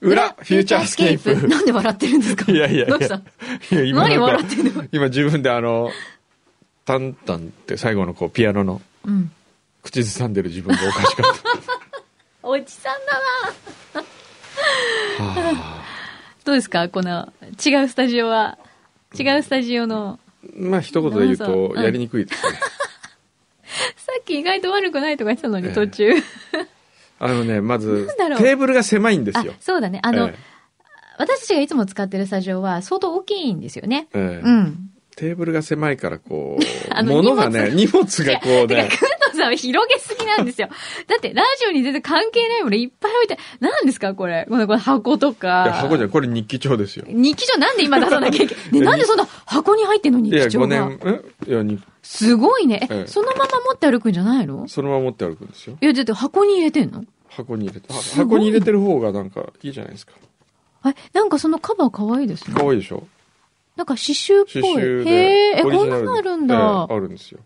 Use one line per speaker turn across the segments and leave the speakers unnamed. フューチャースケープ。
なんで笑ってるんです か
いやいやい
ど
や
うした
いや今なんか
何笑ってんの
今自分であの「タンタン」って最後のこうピアノの
うん。
口ずさんでる自分がおかしかっ
おじさんだな
たはあ
どうですかこの、違うスタジオは、違うスタジオの、
まあ一言で言う
そう
と
うん
やりにくいですね、
さっき意外と悪くないとか言ってたの
え
に、
え
途中。
あのねまず
なんだろう
テーブルが狭いんです
あ
よ、
そうだね。あの、
え
私たちがいつも使ってるスタジオは相当大きいんですよね。
えええ
うん。
テーブルが狭いからこ
あ
う
の
物がね荷物がこう
てか、
ね
くんのさんは広げすぎなんですよ。だって、ラジオに全然関係ないものいっぱい置いて、何ですかこれ。この、この箱と
い
か。
や箱じゃんこれ日記帳ですよ
日記帳なんで今出さなき ゃいけない。ね、なんでそんな箱に入ってんの
いや
日記
5
帳が。
年えいやに
すごいね。
え
え、
え
そのまま持って歩くんじゃないの
そのまま持って歩くんですよ
いや、だって箱に入れてんの
箱に入れては
すごい
箱に入れてる方がなんかいいじゃないですか
え、なんかそのカバー可愛いですね
可。愛いでしょ
なんか刺繍
刺
っぽい。
繍で
へえ、え、
オリ
こ
ジ
ん
ナル
な
で
のあるん
え
だ
え。あるんですよ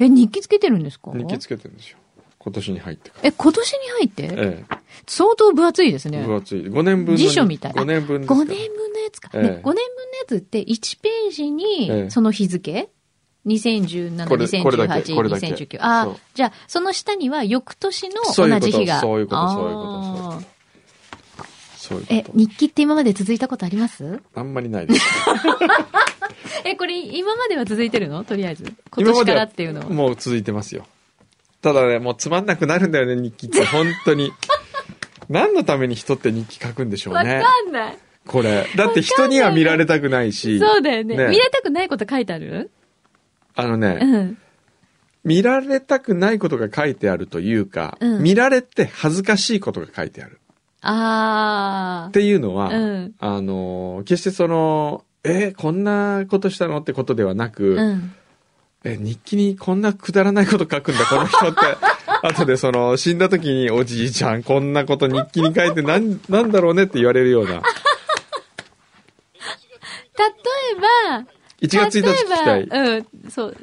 え、日記つけてるんですか
日記つけてるんですよ今年に入ってから
え、今年に入って
え
相当分厚いです
え、
ね。
分厚い5年分の
辞書みたいな
5年分ですか
5年分のやつか。
ええ
ね、5年分のやつって1ページ
え
に
え
その日付 ?2017、
これこれだけこれだけ
2018、2019。あ
そ
あ
う、
じゃあその下には翌年の
そういう
同
こと
じ日が。
そういうこと
あー
そういうことそういうそういう
え
こ、と
日記って今まで続いたことあります
あんまりないです
え、これ今までは続いてるのとりあえず。今年からっていうの
今までは
は。
もう続いてますよただねもうつまんなくなるんだよね日記って本当に何のために人って日記書くんでしょう
わ
ね
かんない。
これだって人には見られたくないし
そうだよね。
ね
見れたくないこと書いてある
あのね、
うん。
見られたくないことが書いてあるというか、
うん
見られて恥ずかしいことが書いてある
あ
っていうのは、
うん
あの決してそのえーこんなことしたのってことではなく、
ー。うん。
え日記にこんなくだらないこと書くんだこの 人って後でその死んだ時におじいちゃんこんなこと日記に書いてなんなんだろうねって言われるような
例えば、
1月1日聞きたい
例えば、うん、そう。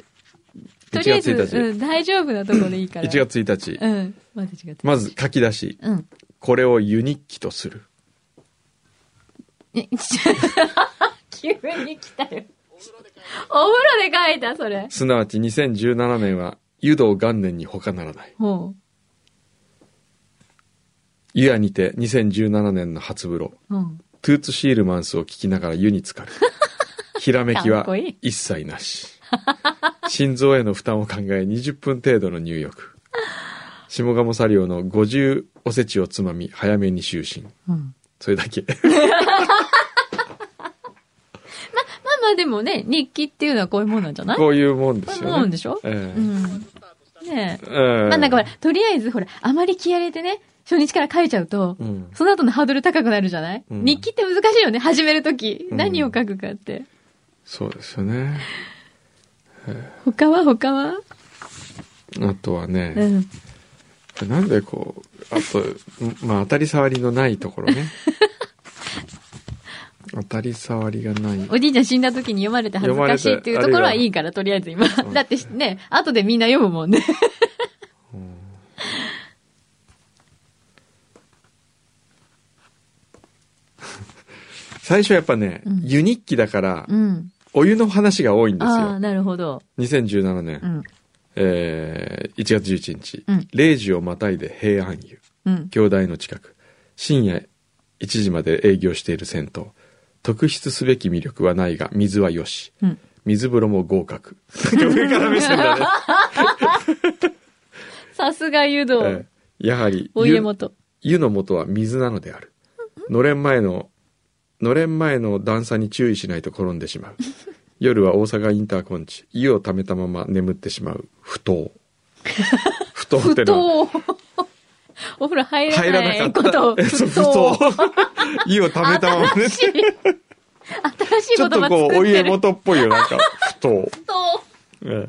とりあえず、
1月1日
うん、大丈夫なところでいいから。
1月1日、
うん。まず違う。
まず書き出し
うん。
これを湯日記とする
え 急に来たよ。お風呂で書いた、それ。
すなわち2017年は湯道元年に他ならない
ほ
湯屋にて2017年の初風呂
う。うん。
トゥーツシールマンスを聞きながら湯に浸 かるひらめき
かっ
は
こいい
一切なし心臓への負担を考え20分程度の入浴下鴨サリオの50おせちをつまみ早めに就寝
うん。
それだけ
まあまあでもね、日記っていうのはこういうもんなんじゃないこ
こういうもんで
うい
す
うも
よ
ん
ね
でしょ
え
うん。ね
え
え。
ええ
まあなんかほら、とりあえずほら、あまり気合い入れてね、初日から書いちゃうと、
うん
その後のハードル高くなるじゃない、
うん
日記って難しいよね、始めるとき。
うん
何を書くかって。
そうですよね
他は他は
あとは
う
ね、
ん。
なんでこうあとまあ当たり障りのないところ ね当たり障りがない
おじいちゃん死んだ時に読まれて恥ずかしいっていうところはいいから、とりあえず今
う。ん
だってね、後でみんな読むも んね。
最初やっぱね、
うん
湯日記だから、
うん。
お湯の話が多いんです
ああ、
よ。
なるほど。
2017年、
うん。
えー1月11日、
うん
0時をまたいで平安湯、
うん。
京大の近く、深夜1時まで営業している銭湯、特筆すべき魅力はないが、水はよし、
うん。
水風呂も合 格。上から目線だね。
さすが湯
え
道。
ーやはり
お家元。
湯の元は水なのであるのれん前ののれん前の段差に注意しないと転んでしまう夜は大阪インターコンチ湯を溜めたまま眠ってしまう不当不当って
不
のは
当。 お風呂入
入
ら
ら
な
ないか
こ
っ
と
た
を。
え そう不当湯を溜めたままね
新しい。新しい
ちょ
言
っと
葉
こうお
作って
家
る。
元っぽいよなんか不当、
不当。
ええ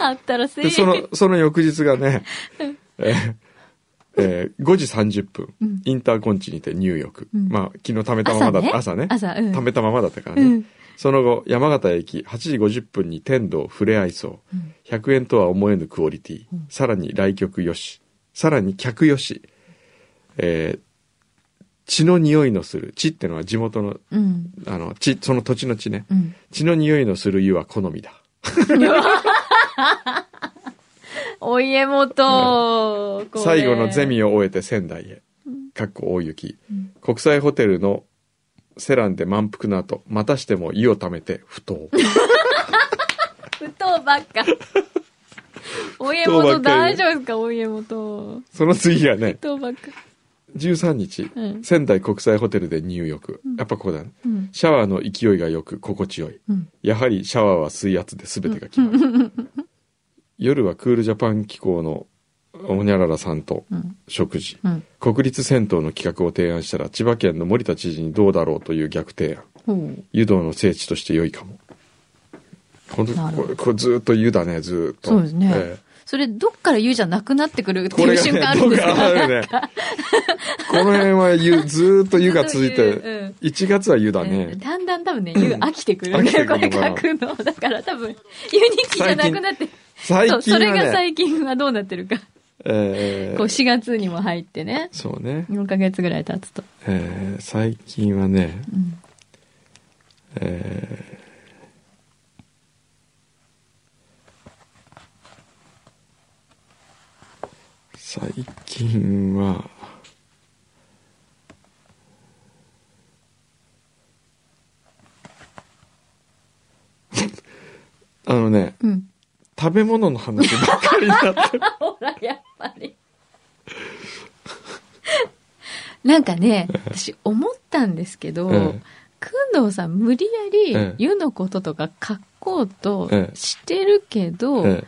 あったらせ
でそのその翌日がね、えーえー5時30分、
うん
インターコンチにて入浴、
うん
まあ昨日貯めたままだった朝
朝
ね
ね朝うん
貯めたままだったからね、
うん
その後山形駅8時50分に天童ふれあいそう
うん
100円とは思えぬクオリティ、さらに来客よしさらに客よし、えー血の匂いのする血ってのは地元の
うん。
あの血その土地の血ね
うん。
血の匂いのする湯は好みだ
お家元、これ
最後のゼ。ミを終えて仙台へかっこ大雪、
うん
国際ホテルのセランで満腹の後またしても湯をためて不 当
不当ばっ か。お家
不当ば
元
っか
大
り
丈夫ですかお家元。
その次はね
不当ばっか。
13日、
うん
仙台国際ホテルで入浴やっぱここだね
うん。
シャワーの勢いがよく心地よい
うん。
やはりシャワーは水圧で全てが決まる 夜はクールジャパン機構のおにゃららさんと
うん。
食事
うん。
国立銭湯の企画を提案したら千葉県の森田知事にどうだろうという逆提案
ほう。
湯道の聖地として良いかもこの
なる
こ
ほど
れこれずっと湯だねずっと
そうですね
え
それ、どっから言うじゃなくなってくるっ
え
て
こ
い
れ
う
が
瞬
ね
間ある
ど
んで
っ
す
か
か
あるねこの辺は湯ずっと湯が続い
ずっと湯
て1月は湯だね
うんだんだん多分ね、湯飽きてくる
飽きて
ね、
く
こ
る
れ
のかな
書くの。だから多分、ユニキじゃなくなって、
最
そう、
近
そ
は
れが
ね
最近はどうなってるか。
ええ
こう4月にも入ってね、
そうね
4ヶ月ぐらい経つと。
えー最近はね、
うん。
えー最近は あのね
うん。
食べ物の話ばっかりだった
ほら、やっぱり。 なんかね、私思ったんですけど、
ええ
くんどうさん無理や
ええ
り湯のこととか書こうと
ええ
してるけど、
え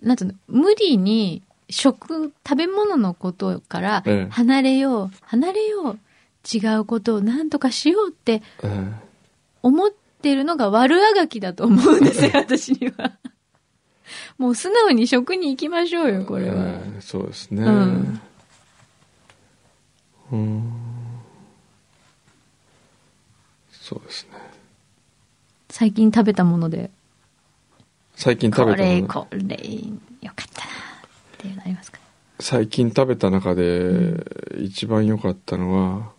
なんていうの、無理に食、食べ物のことから
ええ
離れよう、離れよう、違うことを何とかしようって
ええ
思ってるのが悪あがきだと思うんですよ、私には。もう素直に食に行きましょうよ、これは。
えーそうですね
うん
うーんそうですね
最近食べたもので、
最近
こ
食べたも
れ、
の
これ、よかったな、っていうのありますか
最近食べた中で
う
一番良かったのは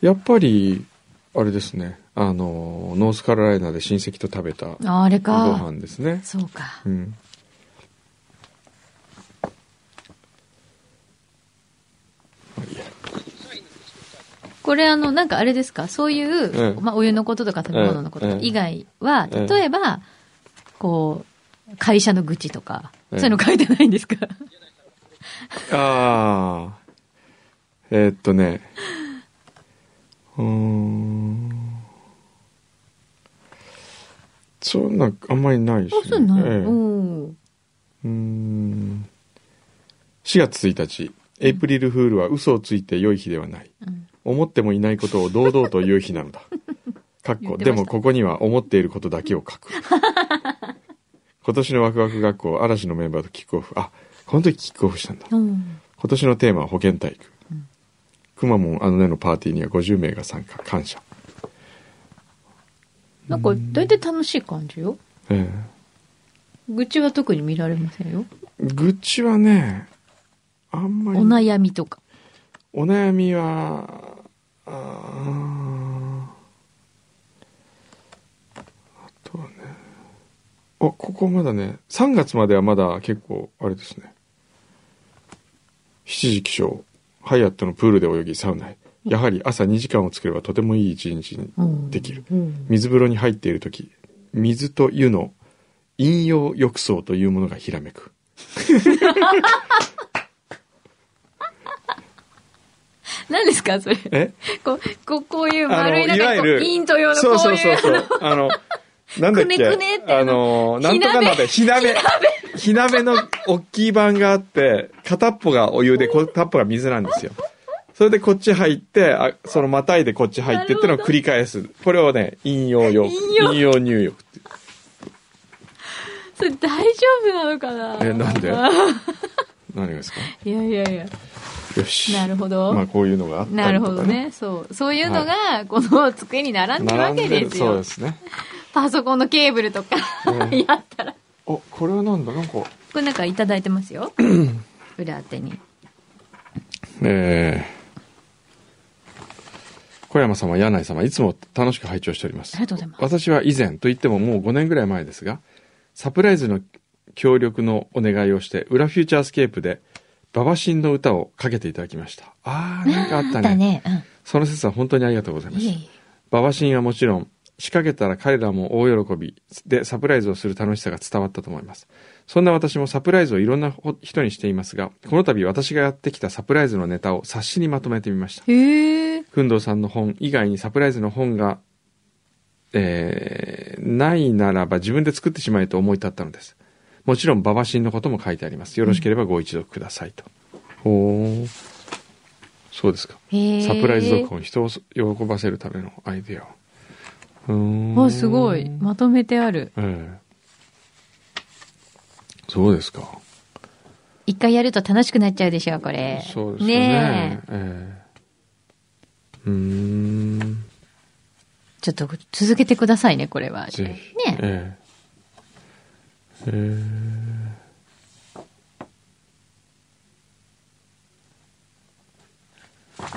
やっぱりあれですねあのノースカロライナで親戚と食べた
ああれ
ご
か。
飯ですね
そうか。
うんまあいいや
これあの、なんかあれですかそういう、
ええ
まあ、お湯のこととか食べ物のこととか
ええ
以外は、
ええ
例えば、こう、会社の愚痴とか、
え
そ
え
ういうの書いてないんですか
ああ。えーっとね。うーん。そんな、あんまりないです
あ、そうなの、
ええう
うん。
ーん。4月1日、エイプリルフールは嘘をついて良い日ではない。
うん
思ってもいないことを堂々と言う日なの だ。かっ
言
こ、
ってました
でもここには思っていることだけを 書く。今年のワクワク学校、嵐のメンバーとキックオフ。あ、この時キックオフしたんだ。
うん。
今年のテーマは保健体育、
うん
くまモンあのねのパーティーには50名が参加感謝、
なんか、大体楽しい感じよ。
え
愚痴は特に見られませんよ。
え愚痴はねあんまり
お悩みとか。
お悩みはあーあとはねあここまだね3月まではまだ結構あれですね七時起床ハイアットのプールで泳ぎサウナへやはり朝2時間をつければとてもいい一日に
うん
できる
うん
水風呂に入っている時水と湯の陰陽浴槽というものがひらめく
何ですかそれ。
え
こう、こうこういう丸い
あの
中
い
に
わ
こ
ゆ
う、
る
インと用のこう
そ
いう
うそうそうそうあのなんだっけ
くねくねっていう
あのなんとか鍋火鍋火鍋の大きい版があって片っぽがお湯で片っぽが水なんですよそれでこっち入ってあそのまたいでこっち入ってってのを繰り返すこれをね陰陽 浴
陰陽
陰陽入浴って
それ大丈夫なのかな
えなんで何がですか
いやいやいや。
よし
なるほど。
まあこういうのがあったりとか
なるほどね。そう。そういうのが、この机に並んでるわけです
そう
よ。
ですね。
パソコンのケーブルとか、
うん
やったら。こ
お、これはなんだなんか。
れなんかいただいてますよ。裏当てに。
ええ小山様柳井様いつも楽しく拝聴しております
ありがとうございます。
私は以前と言ってももう5年ぐらい前ですがサプライズの協力のお願いをして裏フューチャースケープで馬場ンの歌をかけていただきましたあーなんかあったね
ね。
その説は本当にありがとうござい
うん。
ま
いえ
す
い
馬場ンはもちろん仕掛けたら彼らも大喜びでサプライズをする楽しさが伝わったと思いますそんな私もサプライズをいろんな人にしていますがこの度私がやってきたサプライズのネタを冊子にまとめてみました
え。へえ。
ふんどうさんの本以外にサプライズの本が、えーないならば自分で作ってしまえと思い立ったのです。もちろん、馬場ンのことも書いてあります。よろしければご一読くださいと。ほうそうですか。
へえ。
サプライズ読本、人を喜ばせるためのアイデアをうーん。
あ、すごい。まとめてある。
ええそうですか。
一回やると楽しくなっちゃうでしょ、これ。
そうですよね。ええうーん。
え。ちょっと続けてくださいね、これは。
ぜひ。
ねえ。
えええ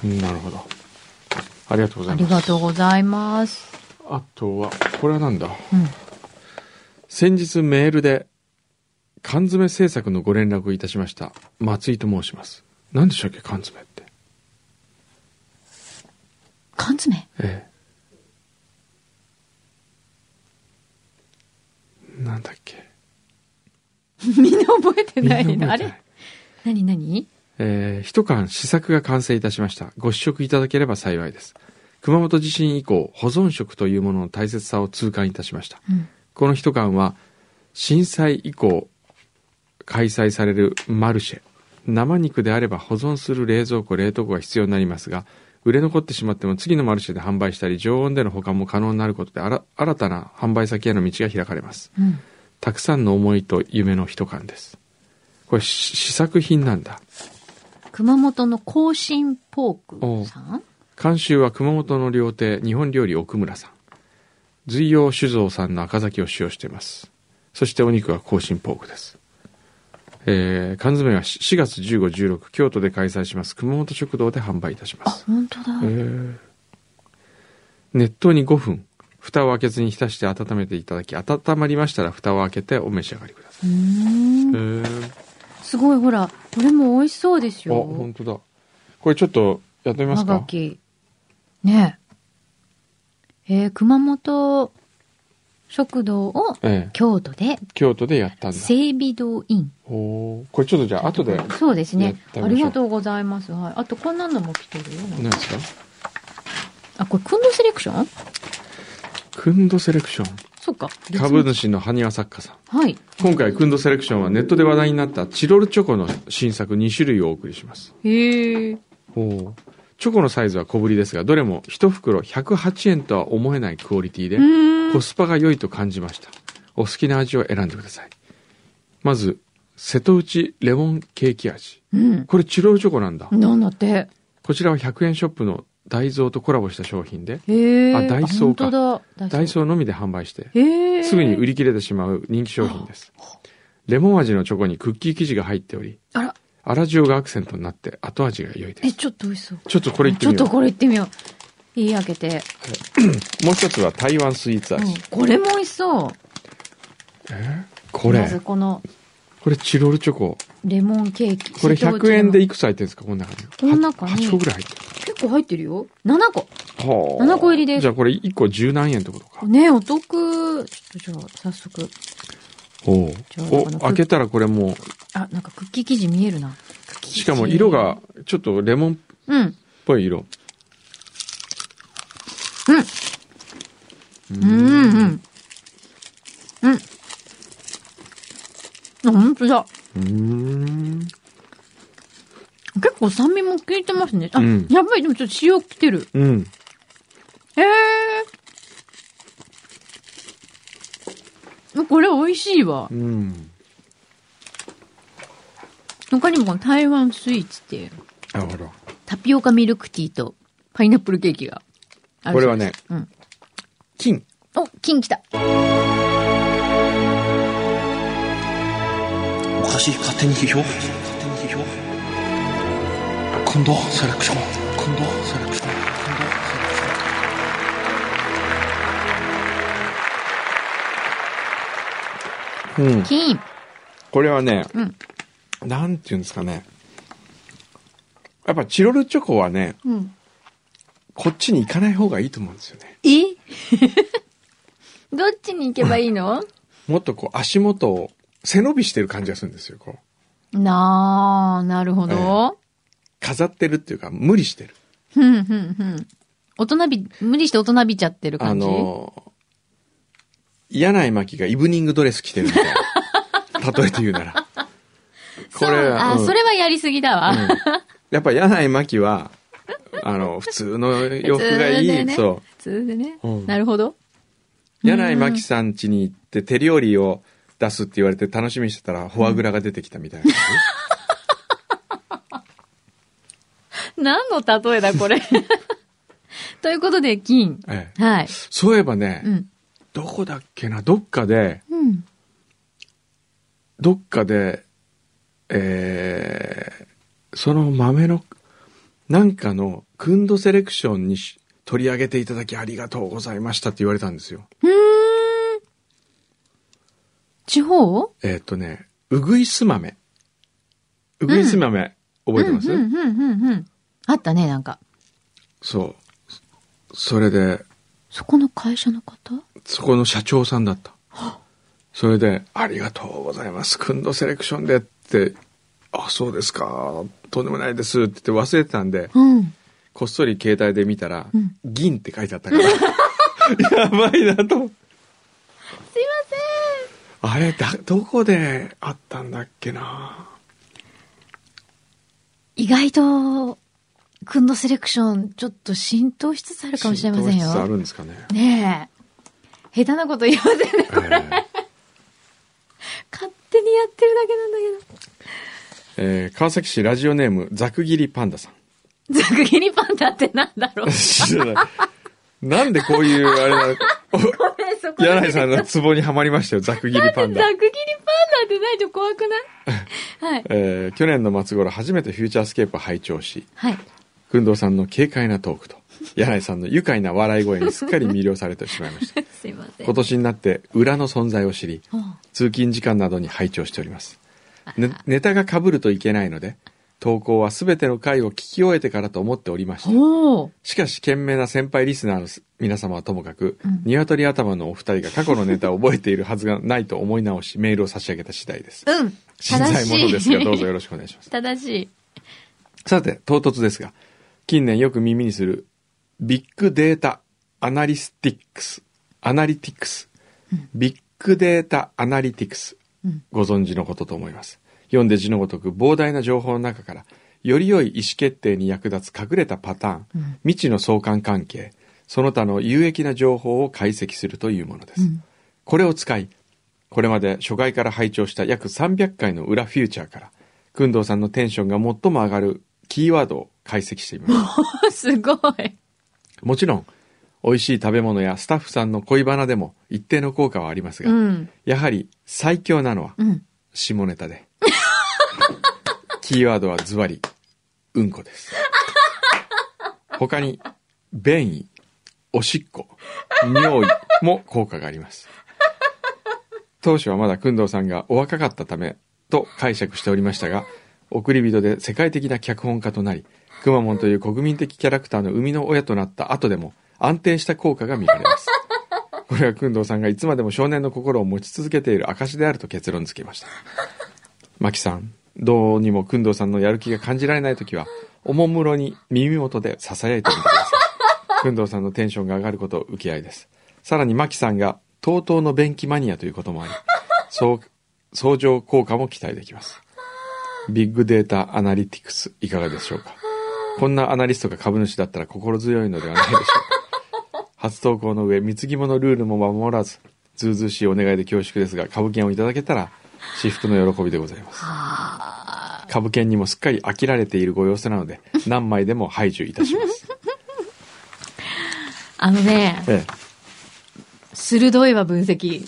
えなるほど。ありがとうござ
あ
い
り
ます。
がとうございます。
あとは、これはなんだ
うん。
先日メールで、缶詰制作のご連絡をいたしました。松井と申します。何でしたっけ、缶詰って。
缶 詰
ええ。なんだっけ。
みんな覚えてない
みん
の。
な
あ
覚えて
れ
ない
何何
えー一缶試作が完成いたしました。ご試食いただければ幸いです。熊本地震以降、保存食というものの大切さを痛感いたしました。
うん。
この一缶は、震災以降、開催されるマルシェ。生肉であれば保存する冷蔵庫、冷凍庫が必要になりますが、売れ残ってしまっても次のマルシェで販売したり、常温での保管も可能になることで、あら新たな販売先への道が開かれます。
うん。
たくさんの思いと夢の一缶です。これ、し試作品なんだ。
熊本の甲信ポークさん
監修は熊本の料亭日本料理奥村さん随陽酒造さんの赤崎を使用していますそしてお肉は香辛ポークです、えー缶詰はし4月1516京都で開催します熊本食堂で販売いたしま
あ
す、
本当だ。
えー熱湯に5分蓋を開けずに浸して温めていただき温まりましたら蓋を開けてお召し上がりくださ
うー
い、
ん。
えー
すごい、ほら、これも美味しそうです
あ本
よ。
当だこれちょっとやってみます
長
か
き。ねえ。えー熊本食堂を
ええ
京都で
京都でやったんだ
整備堂イン。
おーこれちょっとじゃあ後で
そうです
やっ
ね
て。みましょう
ありがとうございます。はい。あと、こんなのも来てるよ。なんか
何ですか
あ、これ、くんどセレクション
クンドセレクション
そうか。別の
株主の埴輪作家さん
はい。
今回クンドセレクションはネットで話題になったチロルチョコの新作2種類をお送りします
へえ。
チョコのサイズは小ぶりですがどれも1袋108円とは思えないクオリティで
うーん
コ。スパが良いと感じましたお好きな味を選んでくださいまず瀬戸内レモンケーキ味
うん。
これチロルチョコなんだ
なんだって。
こちらは100円ショップのダイゾーとコラボした商品で
へえ。
あダイソーか
あ本当だ。
ダイソーのみで販売して
ー。へえ。
すぐに売り切れてしまう人気商品です。レモン味のチョコにクッキー生地が入っており、
あら、
粗塩がアクセントになって後味が良いで
え、
す。
ちょっと美味しそう。
ちょっとこれいって
ちょっ
みよ
と
う。
これ行ってみよう。いい開けて。
もう一つは台湾スイーツ
う
味。
んこれも美味しそう。
こ
まず
れ、
この
これチロルチョコ。
レモンケーキ。
これ
瀬戸内
100円で
レ
いくつ入ってるんですかこの中に。
この中に
8個ぐらい入って
モン結構入ってるよ。7個。
る。はあ
7個入りです
じゃあこれ1個十何円ってことか。
ねお得。ちょっとじゃあ、早速。
おう
ちょうど
お
このクッ
開けたらこれも
あ、なんかクッキー生地見えるな。
う、しかも色がちょっとレモンっ
うん。
ぽい色。
うんうん。うん。あ、本当だ。
うーん。
結構酸味も効いてますね。あ、
うん
やっぱりでもちょっと塩きてる。
うん。
ええこれ美味しいわ
う。ん。
他にもこの台湾スイーツっていう
なるほど。
タピオカミルクティーとパイナップルケーキがある
これ
そう
は
で
ね、
す。うん。
金。
お、金来た。
私勝手に批評勝手に批評今度セレクション今度セレクション今度セレクション
うん、
金。
これはね、
うん。
なんていうんですかね。やっぱチロルチョコはね、
うん。
こっちに行かない方がいいと思うんですよね。
え どっちに行けばいいの
もっとこう足元を背伸びしてる感じがするんですよ。こう
なあ、なるほど。
飾ってるっていうか無理してる。
ふんふんふん。大人び、無理して大人びちゃってる
あ
感じ。
のー、柳井真紀がイブニングドレス着てるみたい な。例えて言うなら。こ
そう、
れは、
あ、
うん
それはやりすぎだわ。
うんやっぱ柳井真紀は、あの、普通の洋服がい
普通
い。
でね
そ
普通でね、
うん
なるほど。
う。柳井真紀さん家に行って手料理を出すって言われて楽しみにしてたら、フォアグラが出てきたみたいな感じ。
何の例えだ、 これ。ということで、金。
ええ、
はい。
そういえばね、
うん。
どこだっけな、どっかで、
うん。
どっかで、えーその豆の、なんかの、クンドセレクションにし取り上げていただきありがとうございましたって言われたんですよ。
うーん。地方
えーっ、とね、うぐいす豆。うぐいす豆、覚えてます、
うん、うん、うん、うん。あったね、なんか。
そう。それで、
そこの会社の方
そこの社長さんだった。それで、ありがとうございます。クンドセレクションでって、あ、そうですか。とんでもないですって言って忘れてたんで、
うん。
こっそり携帯で見たら、
うん
銀って書いてあったから、やばいなと。すいません。あれ、だ、どこであったんだっけな。
意外と、くんのセレクション、ちょっと浸透しつつあるかもしれませ
浸透
ん
しつつあ
よ。
るんですかね。
ねえ。下手なこと言いませんね。勝手にやってるだけなんだけど。
えー川崎市ラジオネーム、ざく切りパンダさん。
ざく切りパンダってなんだろう
知らないなんでこういう、あれなの
ごめん、そこだ
柳
け
井さんのツボにはまりましたよ、ざく切りパンダ
ざ。く切りパンダってないと怖くないはい。
えー去年の末頃初めてフューチャースケープを拝聴し、
はい。
くんどうさんの軽快なトークと、柳井さんの愉快な笑い声にすっかり魅了されてしまいま した。
すいません。
今年になって裏の存在を知り、
あ
通勤時間などに拝聴しております。ねネタが被るといけないので、投稿は全ての回を聞き終えてからと思っておりました。
おお。
しかし、賢明な先輩リスナーのす皆様はともかく
うん、
鶏頭のお二人が過去のネタを覚えているはずがないと思い直し、メールを差し上げた次第です。
うん。
新参者ですが、どうぞよ
ろ
ろしくお願いします。
正しい。
さて、唐突ですが、近年よく耳にする、ビッグデータアナリスティックス、アナリティクス、ビッグデータアナリティクス、
うん
ご存知のことと思います。読んで字のごとく膨大な情報の中から、より良い意思決定に役立つ隠れたパターン、
うん
未知の相関関係、その他の有益な情報を解析するというものです。
うん
これを使い、これまで初回から拝聴した約300回の裏フューチャーから、くんどうさんのテンションが最も上がるキーワードを解析してみます。
すごい。
もちろん、美味しい食べ物やスタッフさんの恋バナでも一定の効果はありますが、
うん。
やはり最強なのは
うん。
下ネタで。 キーワードはズバリ、うんこです。他に、便意、おしっこ、尿意も効果があります。当初はまだ工藤さんがお若かったためと解釈しておりましたが、送り人で世界的な脚本家となり、くまモンという国民的キャラクターの生みの親となった後でも安定した効果が見られます。これは工藤さんがいつまでも少年の心を持ち続けている証であると結論付けました。マキさん、どうにも工藤さんのやる気が感じられないときは、おもむろに耳元で囁いてみてください。工藤さんのテンションが上がること受け合いです。さらにマキさんが、とうとうの便器マニアということもあり、そう、相乗効果も期待できます。ビッグデータアナリティクス、いかがでしょうかこんなアナリストが株主だったら心強いのではないでしょうか。初投稿の上、貢ぎ物ルールも守らず、ずうずうしいお願いで恐縮ですが、株券をいただけたら、至福の喜びでございます。株券にもすっかり飽きられているご様子なので、何枚でも排除いたします。
あのね、
え
鋭いわ、分析。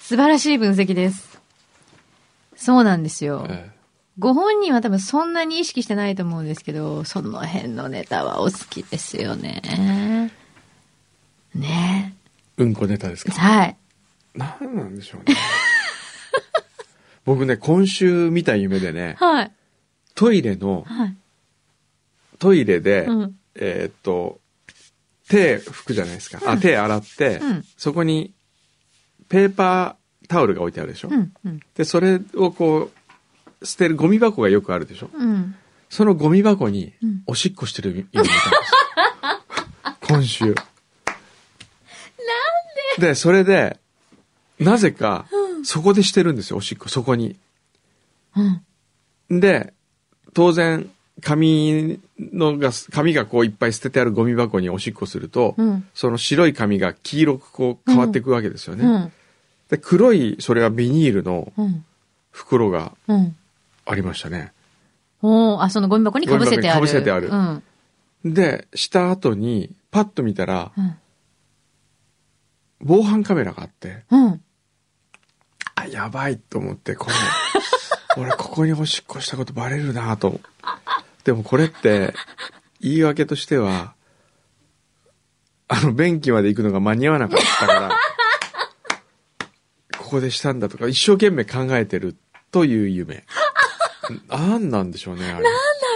素晴らしい分析です。そうなんですよ。
ええ
ご本人は多分そんなに意識してないと思うんですけど、その辺のネタはお好きですよね。ね
え、うんこネタですか。
はい。
何なんでしょうね。僕ね、今週見た夢でね、
はい。
トイレの、
はい。
トイレで、
うん。
えーっと、手拭くじゃないですか。
う
あ、
ん
手洗って、
うん
そこにペーパータオルが置いてあるでしょ。
うん。うん。
で、それをこう、捨てるゴミ箱がよくあるでしょ。
うん。
そのゴミ箱に
うん
おしっこしてる夢見たんです。今週。なんでで、それで、なぜか、そこでしてるんですよ、おしっこ、そこに。
うん。
で、当然、紙のが、紙がこういっぱい捨ててあるゴミ箱におしっこすると、
うん。
その白い紙が黄色くこう変わっていくわけですよね。
うん。
で、黒い、それはビニールの
うん。
袋が
うん。
ありましたね。
おーあ、そのゴミ箱にかぶせてある。
ゴミ箱に被せてある
うん。
で、した後に、パッと見たら、
うん。
防犯カメラがあって、
うん。
あ、やばいと思って、 これ、俺ここにおしっこしたことバレるなと。でもこれって、言い訳としては、あの、便器まで行くのが間に合わなかった から、ここでしたんだとか、一生懸命考えてるという夢。なんなんでしょうね、あれ。
だ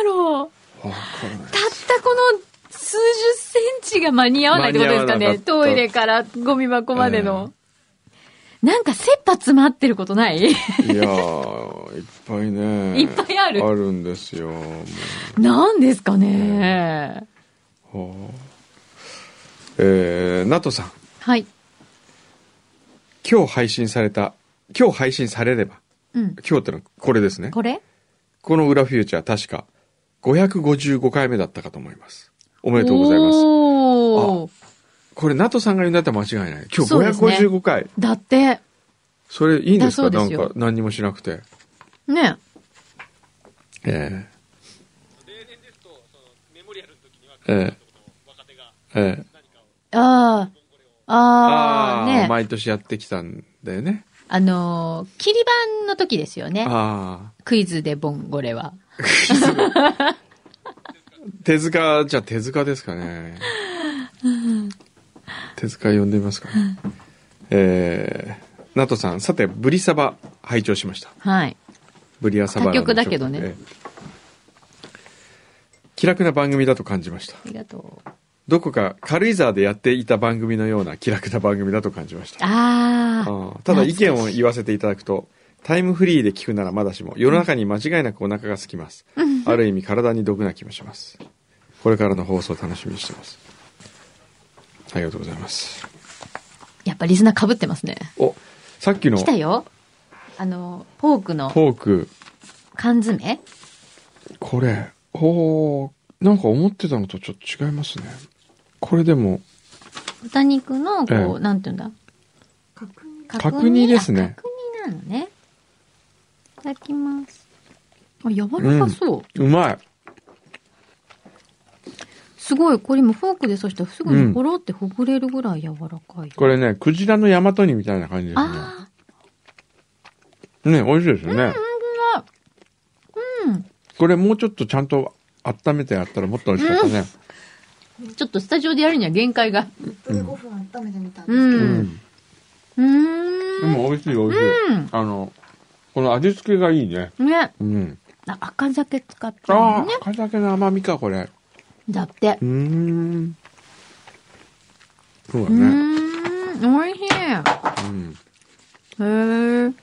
ろう。
わからない
たったこの数十センチが間に合わないってことですか
間に合わな
ね。
かった
トイレからゴミ箱までの。なんか切羽詰まってることない
いやー、いっぱいね。
いっぱいある
あるんですよ。もう
なんですかね。
ほうえー、ナトさん。
はい。
今日配信された、今日配信されれば、
うん。
今日ってのはこれですね。こ
これ
の裏フューチャー確か555回目だったかと思います。お
お
めでとうございます。
おー
これ、ナトさんが言うんだったら間違いない。今日
そうですね
555回。
だって、
そ,、れいいんですか
だ
な
そうんですよ
か何にもしなくて。
ね。
ええええええ
ああ。ああ、
あー
ね。
毎年やってきたんだよね。
あのー、切り板の時ですよね。
あ
クイズでボンゴレは。
あ。手塚、じゃあ手塚ですかね。手塚呼んでみますか、ね。えー、ナトさん、さて、ブリサバ拝聴しました。
はい。
ブリアサバラの
他局だけどね
ええ。気楽な番組だと感じました。
ありがとう。
どこか軽井沢でやっていた番組のような気楽な番組だと感じました。
ああ。
ああただ意見を言わせていただくとタイムフリーで聞くならまだしも世の中に間違いなくお腹が空きますある意味体に毒な気もしますこれからの放送楽しみにしてますありがとうございます
やっぱリスナー被ってますね。
おさっきの
来たよ。あの、ポークの
ポーク
缶詰
これおーなんか思ってたのとちょっと違いますねこれでも
豚肉の、こう、
ええ
なんていうんだ角
角煮ですね
角煮なのね。いただきます。あ、柔らかそう。
うまい
すごい、これ今フォークで刺したらすぐ
うん
にポロってほぐれるぐらい柔らかい。
これねクジラの大和煮みたいな感じです
ああ、
ねね美味しいですよね
本
これもうちょっとちゃんと温めてやったらもっと美味しかったね、
当だ。ちょっとスタジオでやるには限界が。
うん
5分温めてみたんです
う
けど、
ん。う
で
ーん。
も美味しい美味しい。あの、この味付けがいいね。
うん。ね。
うん。
あ赤酒使った
あ
のね
あ、。赤酒の甘みか、これ。
だって
う。ーん。そうだ
う
ね。
ーん、美味しい。
うん。
へえ。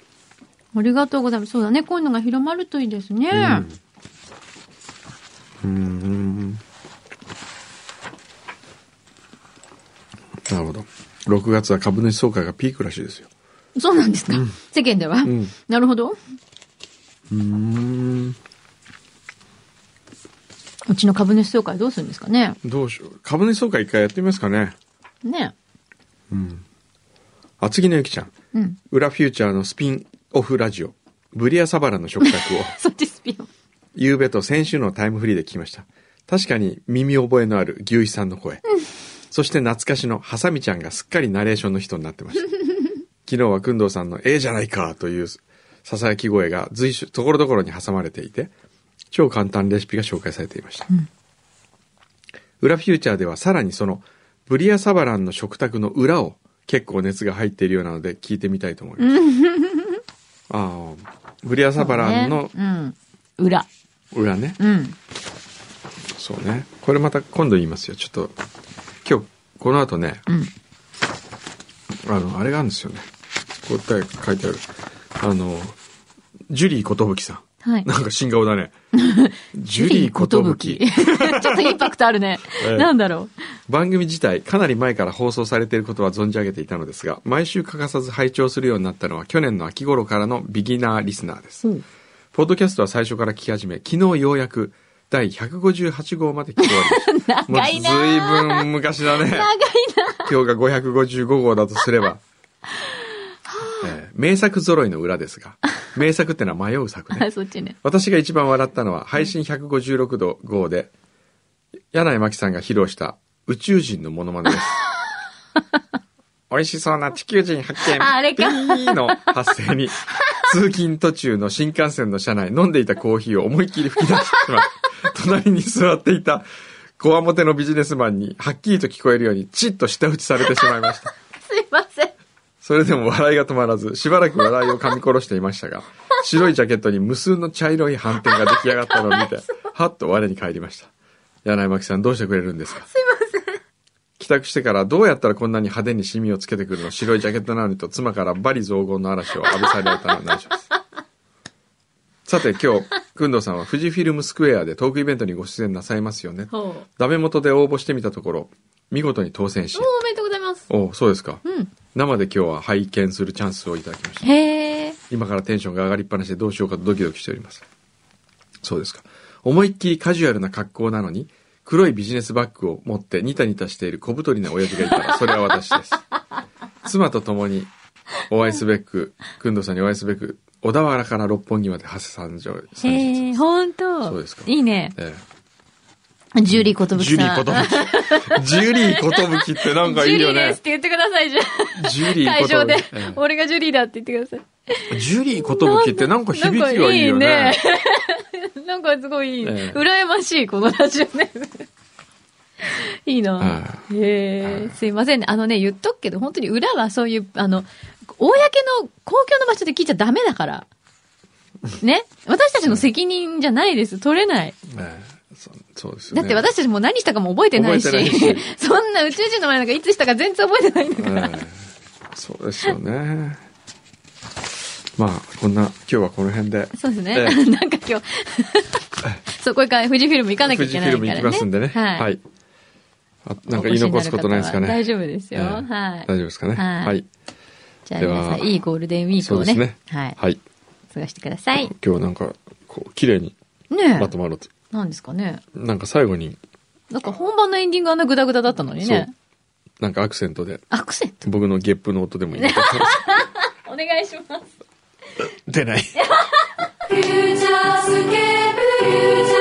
ありがとうございます。そうだね。こういうのが広まるといいですね。
うん。うんなるほど。6月は株主総会がピークらしいですよ。
そうなんですか。世間では、
ん
なるほど。
うーん。
うちの株主総会どうするんですかね。
どうしよう。株主総会一回やってみますかね。
ね。
厚木のゆきちゃん。
うん。
裏フューチャーのスピンオフラジオ。ブリアサバラの食卓を。
そっちスピン。
昨べと先週のタイムフリーで聞きました。確かに耳覚えのある牛肥さんの声。そして懐かしのハサミちゃんがすっかりナレーションの人になってました。昨日は工藤さんのええじゃないかというささやき声が随所、ところどころに挟まれていて、超簡単レシピが紹介されていました。裏フューチャーではさらにそのブリアサバランの食卓の裏を結構熱が入っているようなので聞いてみたいと思います。ああ、ブリアサバランの
そうねうん、裏。
裏ね
うん。
そうねこれまた今度言いますよちょっと今日この後ね
うん。
あのあれがあるんですよね答え書いてあるあのジュリー寿さん
はい。
なんか新顔だね ジュリー寿
ちょっとインパクトあるね。
ええ
なんだろ
番組自体かなり前から放送されていることは存じ上げていたのですが毎週欠かさず拝聴するようになったのは去年の秋頃からのビギナーリスナーです、
う。
ポッドキャストは最初から聞き始め昨日ようやく第158号まで聞き終わりました
長いな
もう
あ
随分昔だね
長いな。
今日が555号だとす れば、えー名作揃いの裏です が名作ってのは迷う作ね
あそっちね。
私が一番笑ったのは配信156度号で柳井真紀さんが披露した宇宙人のモノマ ネです美味しそうな地球人発見
ああれか
ピーの発声に通勤途中の新幹線の車内飲んでいたコーヒーを思いっきり吹き出してしま い隣に座っていたこわもてのビジネスマンにはっきりと聞こえるようにチッと舌打ちされてしまいました
すいません。
それでも笑いが止まらず、しばらく笑いを噛み殺していま したが、白いジャケットに無数の茶色い斑点が出来上がったのを見 て、はっと我に返りました。柳井真紀さんどうしてくれるんですかすいません。帰宅してからどうやったらこんなに派手にシミをつけてくるの白いジャケットなのにと妻からバリ雑言の嵐を浴びされたので内緒 です。さて今日、くんどうさんは富士フィルムスクエアでトークイベントにご出演なさいますよね。
ほう。お
ダメ元で応募してみたところ、見事に当選し、
めでとうございます。
おそうですか。
うん。
生で今日は拝見するチャンスをいただきました
へえ。
今からテンションが上がりっぱなしでどうしようかとドキドキしておりますそうですか思いっきりカジュアルな格好なのに黒いビジネスバッグを持ってニタニタしている小太りな親父がいたらそれは私です妻と共にお会いすべく工藤さんにお会いすべく小田原から六本木まで長谷三条三日
へえ、ほんと。
そうですか
いいね。
え
ジュリーこと
え
ぶき
ジュ
さん。
リー寿ジュリー寿ってなんかいい
ジュリ
よ
ーで
ね
すって言ってください、じゃ
ジュリ
あ。会
寿
場で
ええ。
俺がジュリーだって言ってくださ
ジュリー寿ってなんか響きがいいよ
なん
ね。
かい。 なんかすごい、
ええ
羨ましい、このラジオね。 いいな
あ
へえ、すいませんね。あのね、言っとくけど、本当に裏はそういう、あの、公の、公共の場所で聞いちゃダメだから。ね。私たちの責任じゃない です。取れない。
ええそそうです
だ
よ
っ
ね。
て私たちもう何したかも覚えてないし、
覚えてない
そんな宇宙人の前なんかいつしたか全然覚えてないんだか
え
ら。
えそうですよね。まあ、こんな、今日はこの辺で。
そうですね。
え
なんか今日、そう、これから富士フィルム行かなきゃいけないからね。
富士フィルム行きますんでね。
はい。
はい。あなんか言い残すことないですかね。
お越しになる方は大丈夫ですよ。
ええ
はい。
大丈夫ですかね。
はい
はい。
じゃあ
では
皆さん、いいゴールデンウィーク
そう
を
で
ね。
すね。
はい。
はい。
過ごしてください。ね
今日なんか、こう、綺麗に
え
ま。とまろうと。
なんですかね。
なんか最後に、
なんか本番のエンディングあんなグダグダだったのに
そう
ね。。
なんかアクセントで、
アクセント。
僕のゲップの音でもいい。
お願いします。
出ない。
「フューチャースケープフューチャ